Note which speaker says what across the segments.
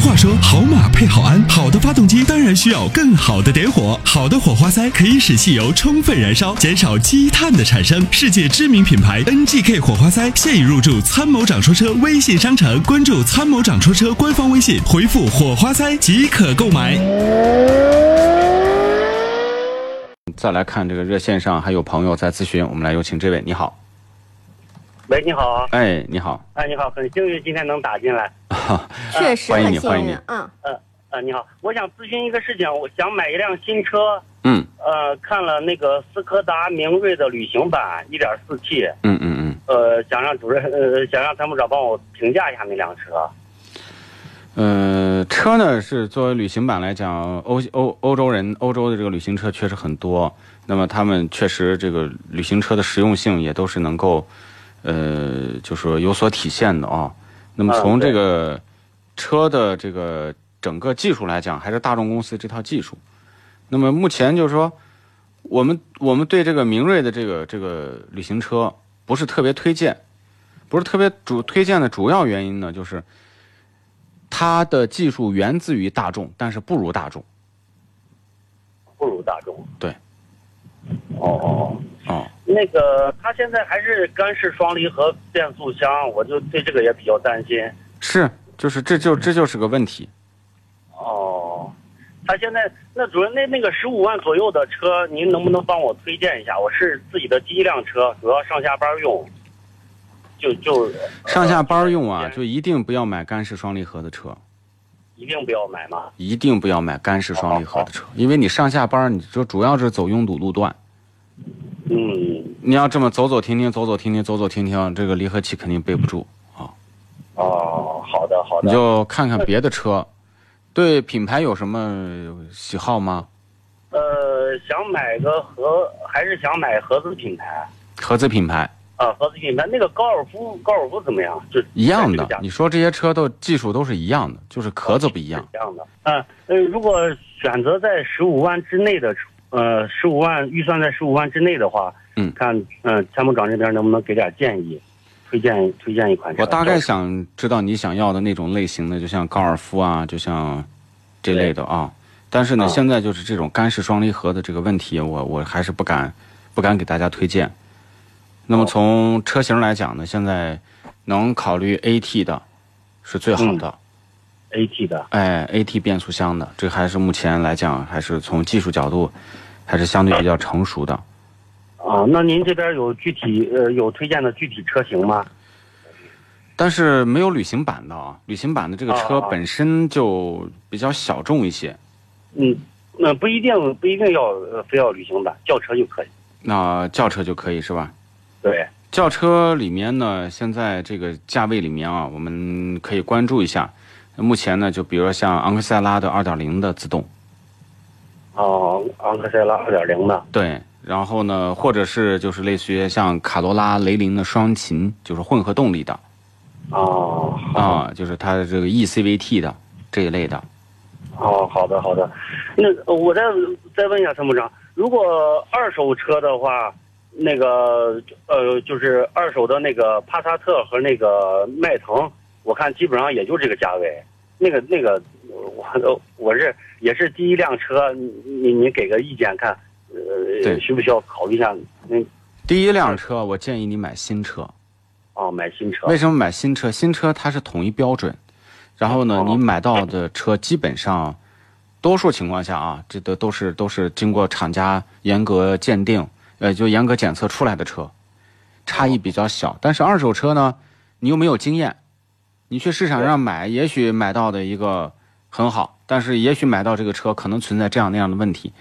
Speaker 1: 话说，好马配好鞍，好的发动机当然需要更好的点火。好的火花塞可以使汽油充分燃烧，减少积碳的产生。世界知名品牌 NGK 火花塞现已入驻参谋长说车微信商城，关注参谋长说车官方微信，回复火花塞即可购买。
Speaker 2: 再来看这个热线上还有朋友在咨询，我们来有请这位，你好，
Speaker 3: 喂，你好，
Speaker 2: 哎，你好，
Speaker 3: 哎，你好，很幸运今天能打进来。
Speaker 4: 确实
Speaker 2: 欢迎
Speaker 4: 很
Speaker 2: 你
Speaker 4: 幸
Speaker 2: 欢迎
Speaker 4: 运
Speaker 2: 你，
Speaker 4: 嗯，
Speaker 3: 呃，你好，我想咨询一个事情，我想买一辆新车，
Speaker 2: 嗯
Speaker 3: 呃，看了那个斯柯达明锐的旅行版 1.4T，
Speaker 2: 嗯嗯嗯，
Speaker 3: 呃，想让主任，呃，想让参谋长帮我评价一下那辆车。
Speaker 2: 呃，车呢是作为旅行版来讲，欧欧欧洲人欧洲的这个旅行车确实很多，那么他们确实这个旅行车的实用性也都是能够，呃，就说有所体现的啊。那
Speaker 3: 嗯
Speaker 2: 么从
Speaker 3: 对
Speaker 2: 这个车的这个整个技术来讲，还是大众公司这套技术。那么目前就是说，我们我们对这个明锐的这个这个旅行车不是特别推荐，不是特别主推荐的主要原因呢，就是它的技术源自于大众，但是不如大众
Speaker 3: 不如大众。
Speaker 2: 对。
Speaker 3: 哦哦，
Speaker 2: 哦。
Speaker 3: 那个，它现在还是干式双离合变速箱，我就对这个也比较担心。
Speaker 2: 是，就是这就这就是个问题。
Speaker 3: 哦，他现在那主任那那个十五万左右的车，您能不能帮我推荐一下？我是自己的第一辆车，主要上下班用，就就
Speaker 2: 上下班用啊，
Speaker 3: 呃
Speaker 2: 就一定不要买干式双离合的车，
Speaker 3: 一定不要买嘛。
Speaker 2: 一定不要买干式双离合的车，因为你上下班你就主要是走拥堵路段，
Speaker 3: 嗯，
Speaker 2: 你要这么走走停停，走走停停，走走停停，这个离合器肯定备不住。
Speaker 3: 哦，好的好
Speaker 2: 你
Speaker 3: 的。
Speaker 2: 就看看别的车，对品牌有什么喜好吗？
Speaker 3: 呃，想买个合，还是想买合资品牌
Speaker 2: 合资品牌
Speaker 3: 啊？合资品牌那个高尔夫，高尔夫怎么样？就
Speaker 2: 一样的
Speaker 3: 这个价，格
Speaker 2: 你说这些车都技术都是一样的，就是壳啊子不一样
Speaker 3: 是。这样的。嗯呃，如果选择在十五万之内的，呃，十五万预算在十五万之内的话，
Speaker 2: 嗯
Speaker 3: 看，嗯、参谋长这边能不能给点建议，推荐推荐一款车。
Speaker 2: 我大概
Speaker 3: 就
Speaker 2: 想知道你想要的那种类型的，就像高尔夫啊，就像这类的啊。但是呢，
Speaker 3: 啊
Speaker 2: 现在就是这种干式双离合的这个问题，我我还是不敢不敢给大家推荐。那么
Speaker 3: 哦
Speaker 2: 从车型来讲呢，现在能考虑 AT 的是最好的，
Speaker 3: AT 的，
Speaker 2: 哎，AT 变速箱的，这还是目前来讲，还是从技术角度还是相对比较成熟的。
Speaker 3: 啊、那您这边有具体呃有推荐的具体车型吗？
Speaker 2: 但是没有旅行版的啊，旅行版的这个车
Speaker 3: 啊啊
Speaker 2: 本身就比较小众一些。
Speaker 3: 嗯，那、不一定不一定要呃非要旅行版，轿车就可以。
Speaker 2: 那轿车就可以是吧？
Speaker 3: 对，
Speaker 2: 轿车里面呢，现在这个价位里面啊，我们可以关注一下。目前呢，就比如说像昂克赛拉的2.0的自动，
Speaker 3: 哦、昂克赛拉二点零的，
Speaker 2: 对，然后呢，或者是就是类似于像卡罗拉、雷凌的双擎，就是混合动力的
Speaker 3: 哦、
Speaker 2: 啊、就是它的这个 ECVT 的这一类的。
Speaker 3: 哦，好的好的，那呃我再再问一下参谋长，如果二手车的话，那个呃，就是二手的那个帕萨特和那个迈腾，我看基本上也就这个价位。那个那个，我我我是也是第一辆车，你你你给个意见看，
Speaker 2: 对
Speaker 3: 呃，需不需要考虑一下？嗯，
Speaker 2: 第一辆车，我建议你买新车。
Speaker 3: 哦，买新车
Speaker 2: 为什么买新车？新车它是统一标准，然后呢
Speaker 3: 哦，
Speaker 2: 你买到的车基本上，多数情况下啊，这都都是都是经过厂家严格鉴定，呃，就严格检测出来的车，差异比较小。但是二手车呢，你又没有经验，你去市场上买，也许买到的一个很好，但是也许买到这个车可能存在这样那样的问题。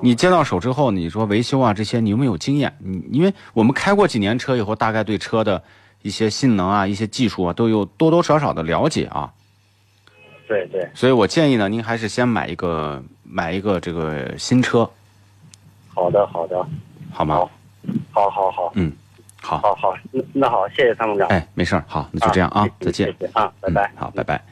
Speaker 2: 你接到手之后，你说维修啊这些，你有没有经验？你因为我们开过几年车以后，大概对车的一些性能啊、一些技术啊，都有多多少少的了解啊。
Speaker 3: 对对，
Speaker 2: 所以我建议呢，您还是先买一个买一个这个新车，
Speaker 3: 好的好的，
Speaker 2: 好吗？嗯
Speaker 3: 好好好好
Speaker 2: 好，
Speaker 3: 好好，那那好，谢谢参谋长，
Speaker 2: 哎，没事儿，好，那就这样啊，
Speaker 3: 谢谢
Speaker 2: 再见
Speaker 3: 谢。谢啊，拜
Speaker 2: 嗯
Speaker 3: 拜。
Speaker 2: 好，拜拜。